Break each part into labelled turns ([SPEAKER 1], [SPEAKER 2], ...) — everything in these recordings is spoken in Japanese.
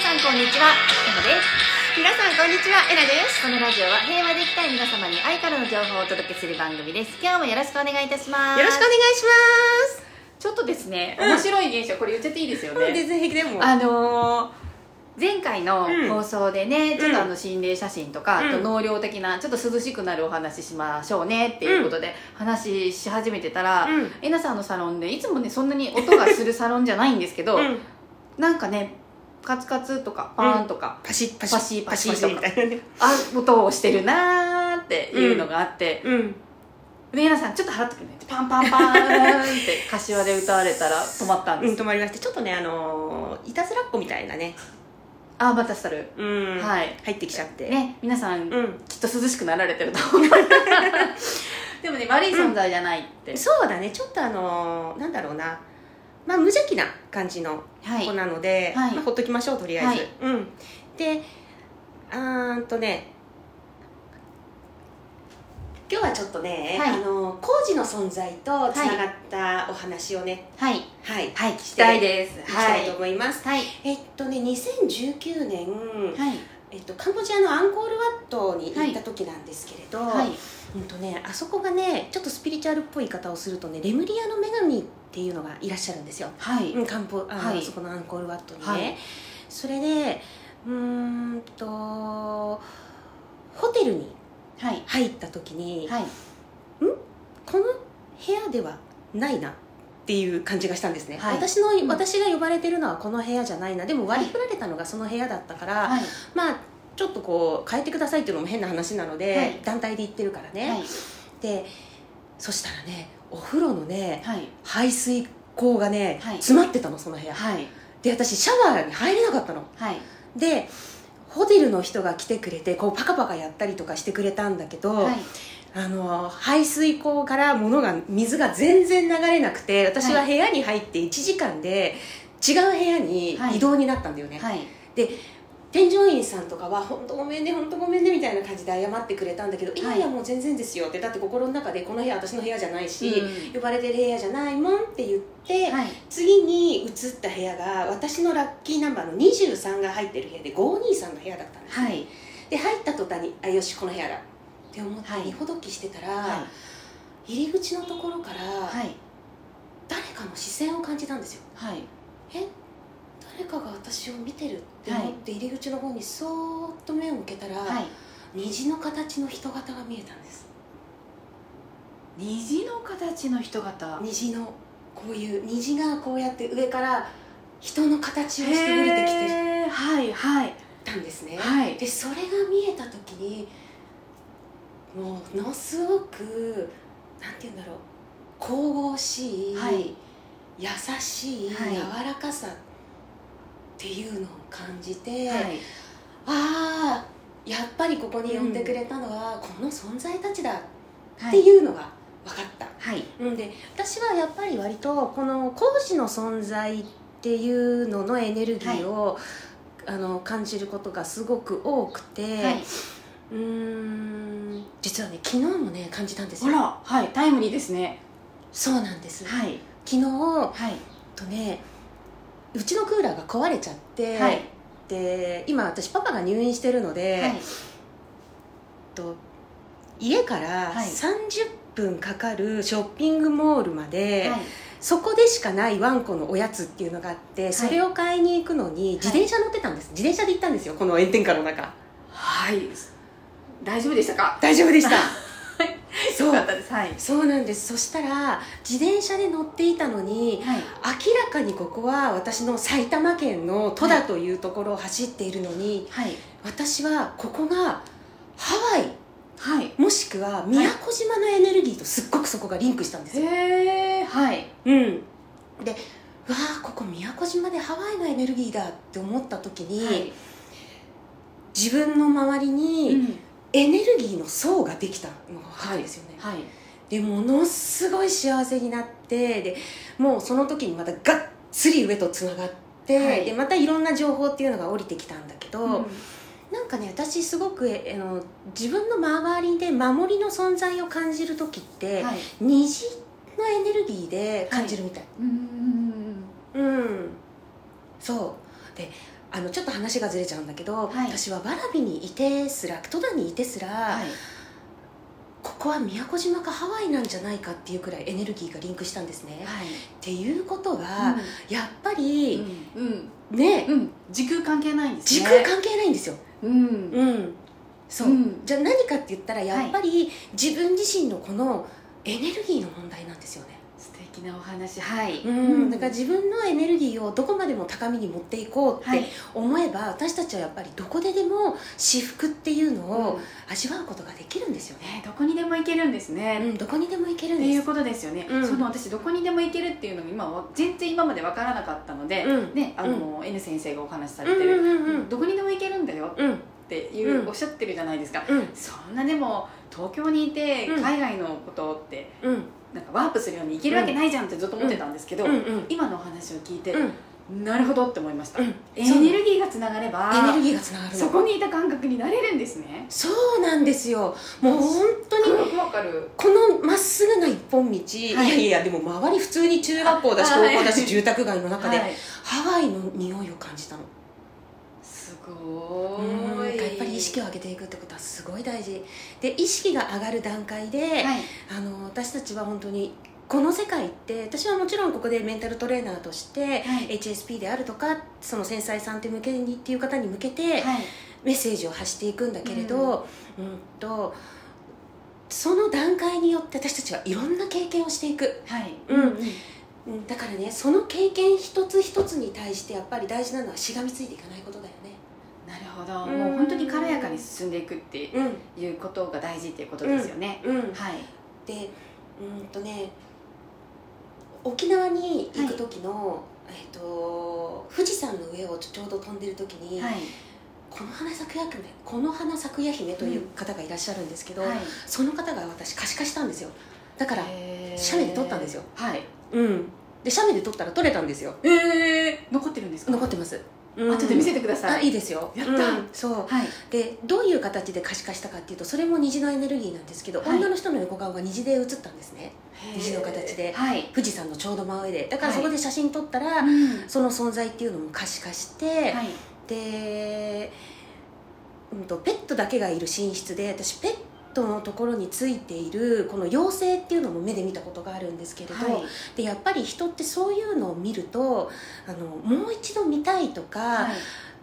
[SPEAKER 1] さんこんにちはエナです
[SPEAKER 2] 皆さんこんにちはエラです
[SPEAKER 1] このラジオは平和でいきたい皆様に愛からの情報をお届けする番組です今日もよろしくお願いいたします
[SPEAKER 2] よろしくお願いします
[SPEAKER 1] ちょっとですね面白い現象これ言っちゃっていいですよね
[SPEAKER 2] 全然平気でも
[SPEAKER 1] あのー前回の
[SPEAKER 2] うん
[SPEAKER 1] 放送でね、ちょっとあ
[SPEAKER 2] う
[SPEAKER 1] の心霊写真とか、
[SPEAKER 2] うん
[SPEAKER 1] あと納涼的なちょっと涼しくなるお話ししましょうねっていうことで話し始めてたら、
[SPEAKER 2] うん
[SPEAKER 1] えなさんのサロンでいつもねそんなに音がするサロンじゃないんですけど、
[SPEAKER 2] うん
[SPEAKER 1] なんかねカツカツとかパーンとか、
[SPEAKER 2] パシッパ
[SPEAKER 1] パシッパシッとか
[SPEAKER 2] いなね
[SPEAKER 1] あ音をしてるなーっていうのがあって、
[SPEAKER 2] うん
[SPEAKER 1] でえなさんちょっと払ってくれねってパンパンパーンって柏で歌われたら止まったんで
[SPEAKER 2] う
[SPEAKER 1] す、
[SPEAKER 2] ん止まりましてちょっとねあのーいたずらっ子みたいなね
[SPEAKER 1] あまたしたる、
[SPEAKER 2] うん
[SPEAKER 1] はい
[SPEAKER 2] 入ってきちゃって
[SPEAKER 1] ね皆さん
[SPEAKER 2] うん
[SPEAKER 1] きっと涼しくなられてると 思うでもね悪い存在じゃないって、
[SPEAKER 2] そうだねちょっとあのーなんだろうなまあ無邪気な感じの
[SPEAKER 1] はい
[SPEAKER 2] 子なので、
[SPEAKER 1] はい
[SPEAKER 2] まあ、ほっときましょうとりあえず、
[SPEAKER 1] はい
[SPEAKER 2] うんであーんとね今日はちょっとね、
[SPEAKER 1] はい
[SPEAKER 2] あの工事の存在とつながったお話をね
[SPEAKER 1] はい
[SPEAKER 2] はい、い、
[SPEAKER 1] はい聞きたいです
[SPEAKER 2] きたい
[SPEAKER 1] は
[SPEAKER 2] と思います、
[SPEAKER 1] はい
[SPEAKER 2] えっとね2019年、
[SPEAKER 1] はい
[SPEAKER 2] えっと、カンボジアのアンコールワットに行った時なんですけれど、
[SPEAKER 1] はい
[SPEAKER 2] うんとね、あそこがねちょっとスピリチュアルっぽい言い方をするとねレムリアの女神っていうのがいらっしゃるんですよ
[SPEAKER 1] はい
[SPEAKER 2] うん、漢方あ、
[SPEAKER 1] はい
[SPEAKER 2] そこのアンコールワットにね、
[SPEAKER 1] はい
[SPEAKER 2] それでうーんとホテルに
[SPEAKER 1] はい
[SPEAKER 2] 入った時に、
[SPEAKER 1] はい
[SPEAKER 2] この部屋ではないなっていう感じがしたんですね、
[SPEAKER 1] はい
[SPEAKER 2] 私の私が呼ばれてるのはこの部屋じゃないなでも割り振られたのがその部屋だったから、
[SPEAKER 1] はい
[SPEAKER 2] まあちょっとこう変えてくださいっていうのも変な話なので、
[SPEAKER 1] はい
[SPEAKER 2] 団体で行ってるからね、
[SPEAKER 1] はい
[SPEAKER 2] でそしたらねお風呂のね
[SPEAKER 1] はい
[SPEAKER 2] 排水口がね、
[SPEAKER 1] はい
[SPEAKER 2] 詰まってたのその部屋
[SPEAKER 1] はい
[SPEAKER 2] で私シャワーに入れなかったの
[SPEAKER 1] はい
[SPEAKER 2] でホテルの人が来てくれてこうパカパカやったりとかしてくれたんだけど、
[SPEAKER 1] はい
[SPEAKER 2] あの排水口から物が水が全然流れなくて私は
[SPEAKER 1] は
[SPEAKER 2] 部屋に入って1時間で違う部屋に
[SPEAKER 1] はい
[SPEAKER 2] 移動になったんだよね、
[SPEAKER 1] はい
[SPEAKER 2] 添乗員さんとかは本当ごめんね本当ごめんねみたいな感じで謝ってくれたんだけど、い、やいやもう全然ですよってだって心の中でこの部屋私の部屋じゃないし、
[SPEAKER 1] うん
[SPEAKER 2] 呼ばれてる部屋じゃないもんって言って、
[SPEAKER 1] はい
[SPEAKER 2] 次に移った部屋が私のラッキーナンバーの23が入ってる部屋で523の部屋だったんです、
[SPEAKER 1] はい
[SPEAKER 2] で入った途端にあよしこの部屋だって思って
[SPEAKER 1] はい
[SPEAKER 2] 荷ほどきしてたら、
[SPEAKER 1] はい
[SPEAKER 2] 入り口のところから
[SPEAKER 1] はい
[SPEAKER 2] 誰かの視線を感じたんですよ
[SPEAKER 1] はい
[SPEAKER 2] 誰かが私を見てるって思って入り口の方にそーっと目を向けたら、
[SPEAKER 1] はい
[SPEAKER 2] 虹の形の人型が見えたんです
[SPEAKER 1] 虹の形の人型
[SPEAKER 2] 虹のこういう虹がこうやって上から人の形をして降りてきて
[SPEAKER 1] へーはいはい
[SPEAKER 2] たんですね
[SPEAKER 1] はい
[SPEAKER 2] でそれが見えた時にもうものすごくなんて言うんだろう神々しい、
[SPEAKER 1] はい
[SPEAKER 2] 優しい、
[SPEAKER 1] はい
[SPEAKER 2] 柔らかさっていうのを感じて、
[SPEAKER 1] はい
[SPEAKER 2] ああやっぱりここに呼んでくれたのはこの存在たちだっ
[SPEAKER 1] は
[SPEAKER 2] て
[SPEAKER 1] い
[SPEAKER 2] いうのが分かった、
[SPEAKER 1] はい
[SPEAKER 2] うんで私はやっぱり割とこの講師の存在っていうののエネルギーを、あの感じることがすごく多くて、
[SPEAKER 1] はいう
[SPEAKER 2] ーん実はね昨日もね感じたんです
[SPEAKER 1] ほ
[SPEAKER 2] よ
[SPEAKER 1] らはいタイムリーですね
[SPEAKER 2] そうなんです昨
[SPEAKER 1] はい
[SPEAKER 2] 日え
[SPEAKER 1] はい
[SPEAKER 2] っとねうちのクーラーが壊れちゃって、
[SPEAKER 1] はい
[SPEAKER 2] で今私パパが入院してるので、
[SPEAKER 1] はい
[SPEAKER 2] えっと家から
[SPEAKER 1] はい
[SPEAKER 2] 30分かかるショッピングモールまで、
[SPEAKER 1] はい
[SPEAKER 2] そこでしかないワンコのおやつっていうのがあってそれを買いに行くのに自転車乗ってたんです、自転車で行ったんですよこの炎天下の中
[SPEAKER 1] はい大丈夫でしたか
[SPEAKER 2] 大丈夫でしたそう
[SPEAKER 1] よかったですはい
[SPEAKER 2] そうなんですそしたら自転車で乗っていたのに
[SPEAKER 1] はい
[SPEAKER 2] 明らかにここは私の埼玉県の戸田というところを走っているのに、
[SPEAKER 1] はい
[SPEAKER 2] 私はここがハワイ
[SPEAKER 1] はい
[SPEAKER 2] もしくは宮古島のエネルギーとすっごくそこがリンクしたんですよ、
[SPEAKER 1] へえはい
[SPEAKER 2] うんでうわあここ宮古島でハワイのエネルギーだって思った時に、
[SPEAKER 1] はい
[SPEAKER 2] 自分の周りにエネルギーの層ができたのが分かるんですよね、
[SPEAKER 1] はい
[SPEAKER 2] でものすごい幸せになってでもうその時にまたがっつり上とつながって、
[SPEAKER 1] はい
[SPEAKER 2] でまたいろんな情報っていうのが降りてきたんだけど、
[SPEAKER 1] うん
[SPEAKER 2] なんかね私すごくえあの自分の周りで守りの存在を感じる時って、
[SPEAKER 1] はい
[SPEAKER 2] 虹のエネルギーで感じるみたい、
[SPEAKER 1] うーん
[SPEAKER 2] うんそうであのちょっと話がずれちゃうんだけど、
[SPEAKER 1] はい
[SPEAKER 2] 私はわらびにいてすら戸田にいてすら、
[SPEAKER 1] はい
[SPEAKER 2] ここは宮古島かハワイなんじゃないかっていうくらいエネルギーがリンクしたんですね、っ
[SPEAKER 1] はい
[SPEAKER 2] ていうことは、
[SPEAKER 1] あ
[SPEAKER 2] やっぱ
[SPEAKER 1] う
[SPEAKER 2] り、
[SPEAKER 1] んうん
[SPEAKER 2] ね
[SPEAKER 1] うん時空関係ないんです
[SPEAKER 2] 時
[SPEAKER 1] ね
[SPEAKER 2] 空関係ないんですよ、
[SPEAKER 1] うん
[SPEAKER 2] うんそう、
[SPEAKER 1] うん
[SPEAKER 2] じゃあ何かって言ったらやっぱり、自分自身のこのエネルギーの問題なんですよね
[SPEAKER 1] 素敵なお話はい
[SPEAKER 2] だから自分のエネルギーをどこまでも高みに持っていこうっ
[SPEAKER 1] はい
[SPEAKER 2] て思えば、私たちはやっぱりどこででも私服っていうの
[SPEAKER 1] うん
[SPEAKER 2] を味わうことができるんですよね、
[SPEAKER 1] ねどこにでも行けるんですね
[SPEAKER 2] うん、どこにでも行ける
[SPEAKER 1] っ
[SPEAKER 2] ん
[SPEAKER 1] て
[SPEAKER 2] で
[SPEAKER 1] い
[SPEAKER 2] す
[SPEAKER 1] うことですよね、
[SPEAKER 2] うん
[SPEAKER 1] その私どこにでも行けるっていうのが今は全然今まで分からなかったので、
[SPEAKER 2] うん
[SPEAKER 1] ねあの、N 先生がお話しさ
[SPEAKER 2] う
[SPEAKER 1] れ
[SPEAKER 2] ん
[SPEAKER 1] て
[SPEAKER 2] う
[SPEAKER 1] る、
[SPEAKER 2] んうんうん
[SPEAKER 1] どこにでも行けるんだよ
[SPEAKER 2] うん
[SPEAKER 1] っていう、
[SPEAKER 2] うん
[SPEAKER 1] おっしゃってるじゃないですか
[SPEAKER 2] うん
[SPEAKER 1] そんなでも東京にいて
[SPEAKER 2] うん
[SPEAKER 1] 海外のことって
[SPEAKER 2] うん
[SPEAKER 1] なんかワープするように行けるわけないじゃんってずっと思ってたんですけど、
[SPEAKER 2] うんうん
[SPEAKER 1] 今のお話を聞いて、
[SPEAKER 2] うん
[SPEAKER 1] なるほどって思いました、
[SPEAKER 2] うん
[SPEAKER 1] エ
[SPEAKER 2] そう
[SPEAKER 1] ネルギーがつながれば
[SPEAKER 2] エネルギーがつながるの
[SPEAKER 1] そこにいた感覚になれるんですね
[SPEAKER 2] そうなんですよもう本当に
[SPEAKER 1] くわかる
[SPEAKER 2] このまっすぐな一本道、い、やいやでも周り普通に中学校だし
[SPEAKER 1] はい
[SPEAKER 2] 高校だし住宅街の中で、
[SPEAKER 1] はい
[SPEAKER 2] ハワイの匂いを感じたの
[SPEAKER 1] すご
[SPEAKER 2] うん
[SPEAKER 1] ーい
[SPEAKER 2] やっぱり意識を上げていくってことはすごい大事で意識が上がる段階で、
[SPEAKER 1] はい
[SPEAKER 2] あの私たちは本当にこの世界って私はもちろんここでメンタルトレーナーとして、
[SPEAKER 1] はい
[SPEAKER 2] HSP であるとかその繊細さんって向けにっていう方に向けて
[SPEAKER 1] はい
[SPEAKER 2] メッセージを発していくんだけれど、うん、とその段階によって私たちはいろんな経験をしていく
[SPEAKER 1] はい、
[SPEAKER 2] うん
[SPEAKER 1] うん
[SPEAKER 2] うんだからねその経験一つ一つに対してやっぱり大事なのはしがみついていかないことだよね
[SPEAKER 1] なるほど、
[SPEAKER 2] うん
[SPEAKER 1] もう本当に軽やかに進んでいくって
[SPEAKER 2] うん
[SPEAKER 1] いうことが大事っていうことですよね、
[SPEAKER 2] うん
[SPEAKER 1] はい
[SPEAKER 2] でうんとね沖縄に行く時の、えっと富士山の上をちょうど飛んでる時に、
[SPEAKER 1] はい
[SPEAKER 2] この花咲くや姫この花咲くや姫という方がいらっしゃるんですけど、
[SPEAKER 1] はい
[SPEAKER 2] その方が私可視化したんですよだから
[SPEAKER 1] へー
[SPEAKER 2] 写メで撮ったんですよ
[SPEAKER 1] はい
[SPEAKER 2] うんで写メで撮ったら撮れたんですよ
[SPEAKER 1] ええ残ってるんですか
[SPEAKER 2] 残ってます、うん
[SPEAKER 1] 後で見せてくださ
[SPEAKER 2] あ
[SPEAKER 1] い
[SPEAKER 2] いいですよ
[SPEAKER 1] やった
[SPEAKER 2] うんそう
[SPEAKER 1] はい
[SPEAKER 2] でどういう形で可視化したかっていうとそれも虹のエネルギーなんですけど、
[SPEAKER 1] はい
[SPEAKER 2] 女の人の横顔が虹で映ったんですね虹の形で
[SPEAKER 1] はい、
[SPEAKER 2] 富士山のちょうど真上でだから
[SPEAKER 1] はい
[SPEAKER 2] そこで写真撮ったら、
[SPEAKER 1] うん
[SPEAKER 2] その存在っていうのも可視化して、
[SPEAKER 1] はい
[SPEAKER 2] で、うん、とペットだけがいる寝室で私ペットのところについているこの妖精っていうのも目で見たことがあるんですけれど、
[SPEAKER 1] はい
[SPEAKER 2] でやっぱり人ってそういうのを見るとあのもう一度見たいとか
[SPEAKER 1] はい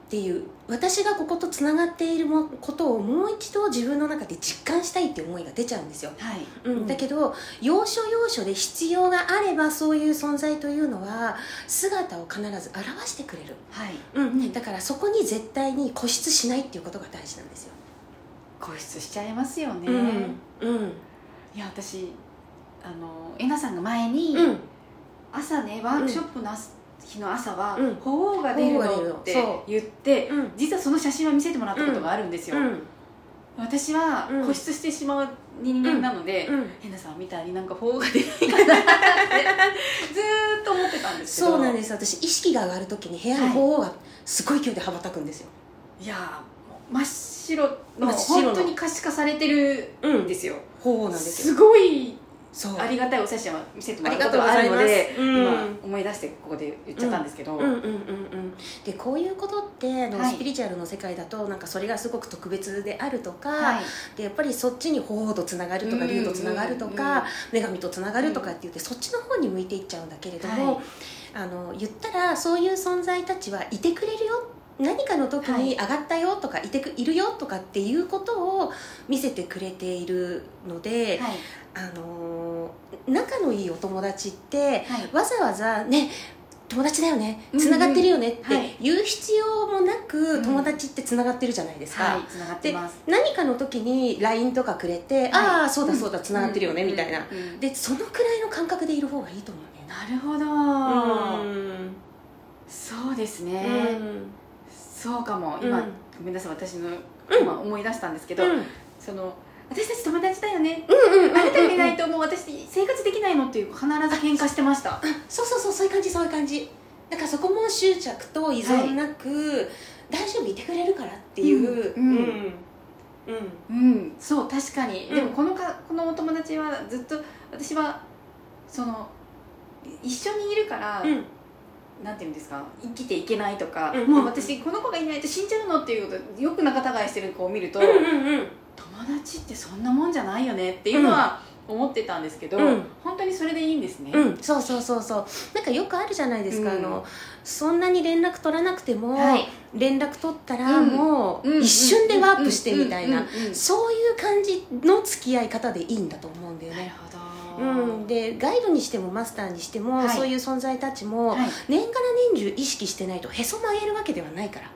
[SPEAKER 2] っていう、私がこことつながっているもことをもう一度自分の中で実感したいっていう思いが出ちゃうんですよ
[SPEAKER 1] はい
[SPEAKER 2] うん、だけど要所要所で必要があればそういう存在というのは姿を必ず表してくれる、
[SPEAKER 1] はい
[SPEAKER 2] うん、だからそこに絶対に固執しないっていうことが大事なんですよ、
[SPEAKER 1] 固執しちゃいますよね、
[SPEAKER 2] うんうん
[SPEAKER 1] いや私あのえなさんが前に、
[SPEAKER 2] うん
[SPEAKER 1] 朝ねワークショップの朝日の朝は
[SPEAKER 2] うん
[SPEAKER 1] 「鳳凰が出るの」って
[SPEAKER 2] 鳳凰が
[SPEAKER 1] 言って
[SPEAKER 2] うん
[SPEAKER 1] 実はその写真は見せてもらったことがあるんですよ
[SPEAKER 2] うん
[SPEAKER 1] 私は
[SPEAKER 2] うん
[SPEAKER 1] 固執してしまう人間なので
[SPEAKER 2] うん
[SPEAKER 1] 変なさんみたいになんか鳳凰が出ないかなってずーっと思ってたんですけど
[SPEAKER 2] そうなんですす私意識が上がるときに部屋の鳳凰がすごい勢いで羽ばたくんですよ、
[SPEAKER 1] いやーもう真っ白の
[SPEAKER 2] 真っ白の
[SPEAKER 1] 本当に可視化されてる
[SPEAKER 2] うん
[SPEAKER 1] んですよ
[SPEAKER 2] 鳳凰なんですよ
[SPEAKER 1] すごい
[SPEAKER 2] そう
[SPEAKER 1] ありがたいお写真は見せてもらっ
[SPEAKER 2] あ
[SPEAKER 1] た
[SPEAKER 2] り
[SPEAKER 1] こと
[SPEAKER 2] がとうご
[SPEAKER 1] があ
[SPEAKER 2] ざい
[SPEAKER 1] るの
[SPEAKER 2] ます
[SPEAKER 1] で
[SPEAKER 2] うん
[SPEAKER 1] 今思い出してここで言っちゃったんですけど
[SPEAKER 2] うんうんうんうん、でこういうことってあの、
[SPEAKER 1] はい
[SPEAKER 2] スピリチュアルの世界だとなんかそれがすごく特別であるとか、
[SPEAKER 1] はい
[SPEAKER 2] でやっぱりそっちに鳳凰とつながるとか
[SPEAKER 1] うん
[SPEAKER 2] 竜とつながるとか、
[SPEAKER 1] うん
[SPEAKER 2] 女神とつながるとかって言って、そっちの方に向いていっちゃうんだけれども、
[SPEAKER 1] はい
[SPEAKER 2] あの言ったらそういう存在たちはいてくれるよ何かの時に上がったよとか、い、てくいるよとかっていうことを見せてくれているので、
[SPEAKER 1] はい
[SPEAKER 2] あの仲のいいお友達って
[SPEAKER 1] はい
[SPEAKER 2] わざわざね友達だよね
[SPEAKER 1] うんうん
[SPEAKER 2] つながってるよねっ
[SPEAKER 1] はい
[SPEAKER 2] て言う必要もなく、
[SPEAKER 1] うん
[SPEAKER 2] 友達ってつながってるじゃないですか。
[SPEAKER 1] はい繋がってます
[SPEAKER 2] 何かの時に LINE とかくれて、ああそうだそうだつながってるよね、みたいな、
[SPEAKER 1] うんうんうん
[SPEAKER 2] でそのくらいの感覚でいる方がいいと思うね
[SPEAKER 1] なるほど
[SPEAKER 2] うん
[SPEAKER 1] そうですね
[SPEAKER 2] うん
[SPEAKER 1] そうかも
[SPEAKER 2] う
[SPEAKER 1] 今
[SPEAKER 2] ん
[SPEAKER 1] ごめんなさい私の
[SPEAKER 2] うん
[SPEAKER 1] 今思い出したんですけど
[SPEAKER 2] うん
[SPEAKER 1] その私たち友達だよね
[SPEAKER 2] うんうん
[SPEAKER 1] あなたがいないともう私生活できないのっていう必ず喧嘩してました
[SPEAKER 2] そうそうそうそういう感じそういう感じだからそこも執着と依存なく、大丈夫いてくれるからっていう
[SPEAKER 1] うん
[SPEAKER 2] うんうん
[SPEAKER 1] うんそう確かに
[SPEAKER 2] うん
[SPEAKER 1] でもこのかこのお友達はずっと私はその一緒にいるから
[SPEAKER 2] うん
[SPEAKER 1] なんていうんですか生きていけないとか、
[SPEAKER 2] うん
[SPEAKER 1] もう私この子がいないと死んじゃうのっていうことよく仲違いしてる子を見ると、友達ってそんなもんじゃないよねっていうのは思ってたんですけど、
[SPEAKER 2] うん
[SPEAKER 1] 本当にそれでいいんですね、
[SPEAKER 2] うん、そうそうそうそうなんかよくあるじゃないですか、
[SPEAKER 1] うん
[SPEAKER 2] あのそんなに連絡取らなくても、
[SPEAKER 1] はい
[SPEAKER 2] 連絡取ったら
[SPEAKER 1] うん
[SPEAKER 2] もう一瞬でワープしてみたい
[SPEAKER 1] うん
[SPEAKER 2] な
[SPEAKER 1] うんうんうん
[SPEAKER 2] そういう感じの付き合い方でいいんだと思うんだよ
[SPEAKER 1] なる
[SPEAKER 2] ね、
[SPEAKER 1] ほ
[SPEAKER 2] う
[SPEAKER 1] ど、
[SPEAKER 2] ん、でガイドにしてもマスターにしても、
[SPEAKER 1] はい
[SPEAKER 2] そういう存在たちも、
[SPEAKER 1] はい、
[SPEAKER 2] 年がら年中意識してないとへそ曲げるわけではないから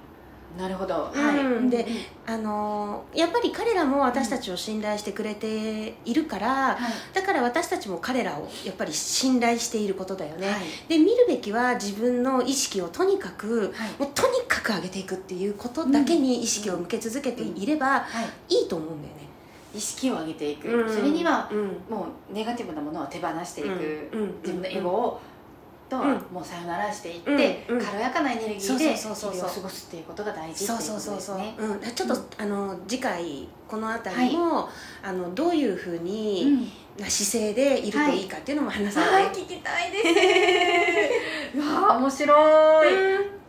[SPEAKER 1] なるほど、
[SPEAKER 2] う
[SPEAKER 1] は
[SPEAKER 2] ん
[SPEAKER 1] い
[SPEAKER 2] であのーやっぱり彼らも私たちを信頼してくれているか
[SPEAKER 1] は
[SPEAKER 2] ら、
[SPEAKER 1] い
[SPEAKER 2] だから私たちも彼らをやっぱり信頼していることだよね、
[SPEAKER 1] はい
[SPEAKER 2] で見るべきは自分の意識をとにかく
[SPEAKER 1] はい
[SPEAKER 2] もうとにかく上げていくっていうことだけに意識を向け続けていれば
[SPEAKER 1] はい
[SPEAKER 2] いいと思うんだよね、
[SPEAKER 1] 意識を上げていく、それには
[SPEAKER 2] うん
[SPEAKER 1] もうネガティブなものは手放していく、
[SPEAKER 2] うんうん
[SPEAKER 1] 自分のエゴを、と
[SPEAKER 2] うん
[SPEAKER 1] もうさよならしていって、
[SPEAKER 2] うんうん
[SPEAKER 1] 軽やかなエネルギ
[SPEAKER 2] そ
[SPEAKER 1] ー
[SPEAKER 2] う
[SPEAKER 1] で
[SPEAKER 2] そう
[SPEAKER 1] 日
[SPEAKER 2] そう
[SPEAKER 1] 々を過
[SPEAKER 2] そう
[SPEAKER 1] ごすっていうことが大事ってい
[SPEAKER 2] そうう
[SPEAKER 1] こ
[SPEAKER 2] そう
[SPEAKER 1] と
[SPEAKER 2] そう
[SPEAKER 1] です
[SPEAKER 2] そう、
[SPEAKER 1] ね。
[SPEAKER 2] うん、ちょっと、
[SPEAKER 1] うん
[SPEAKER 2] あの次回この辺りも、あのどういうふう
[SPEAKER 1] う
[SPEAKER 2] に、
[SPEAKER 1] ん
[SPEAKER 2] な姿勢でいるといいかっていうのも 話さ
[SPEAKER 1] は
[SPEAKER 2] ないい、
[SPEAKER 1] 聞きたいですうわあ面白い、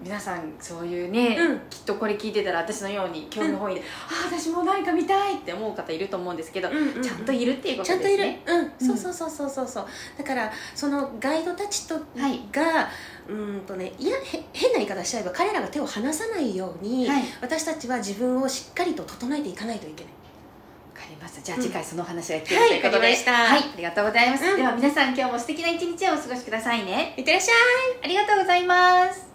[SPEAKER 1] 皆さんそういうね、
[SPEAKER 2] うん
[SPEAKER 1] きっとこれ聞いてたら私のように興味本位で、ああ私も何か見たいって思う方いると思うんですけど、ちゃんといるっていうこと
[SPEAKER 2] ちゃ
[SPEAKER 1] です
[SPEAKER 2] ん
[SPEAKER 1] ね
[SPEAKER 2] といる、うん、そううんそうそうそうそうそうだからそのガイドたちとが、
[SPEAKER 1] はい
[SPEAKER 2] うんとねいやへ変な言い方しちゃえば彼らが手を離さないように、
[SPEAKER 1] はいわ
[SPEAKER 2] 私たちは自分をしっかりと整えていかないといけない
[SPEAKER 1] かりましたじゃあ次回その話が聞けるということで、
[SPEAKER 2] はいわかりました
[SPEAKER 1] はいありがとうございます、
[SPEAKER 2] うん
[SPEAKER 1] では皆さん今日も素敵な一日をお過ごしくださいね
[SPEAKER 2] いってらっしゃい
[SPEAKER 1] ありがとうございます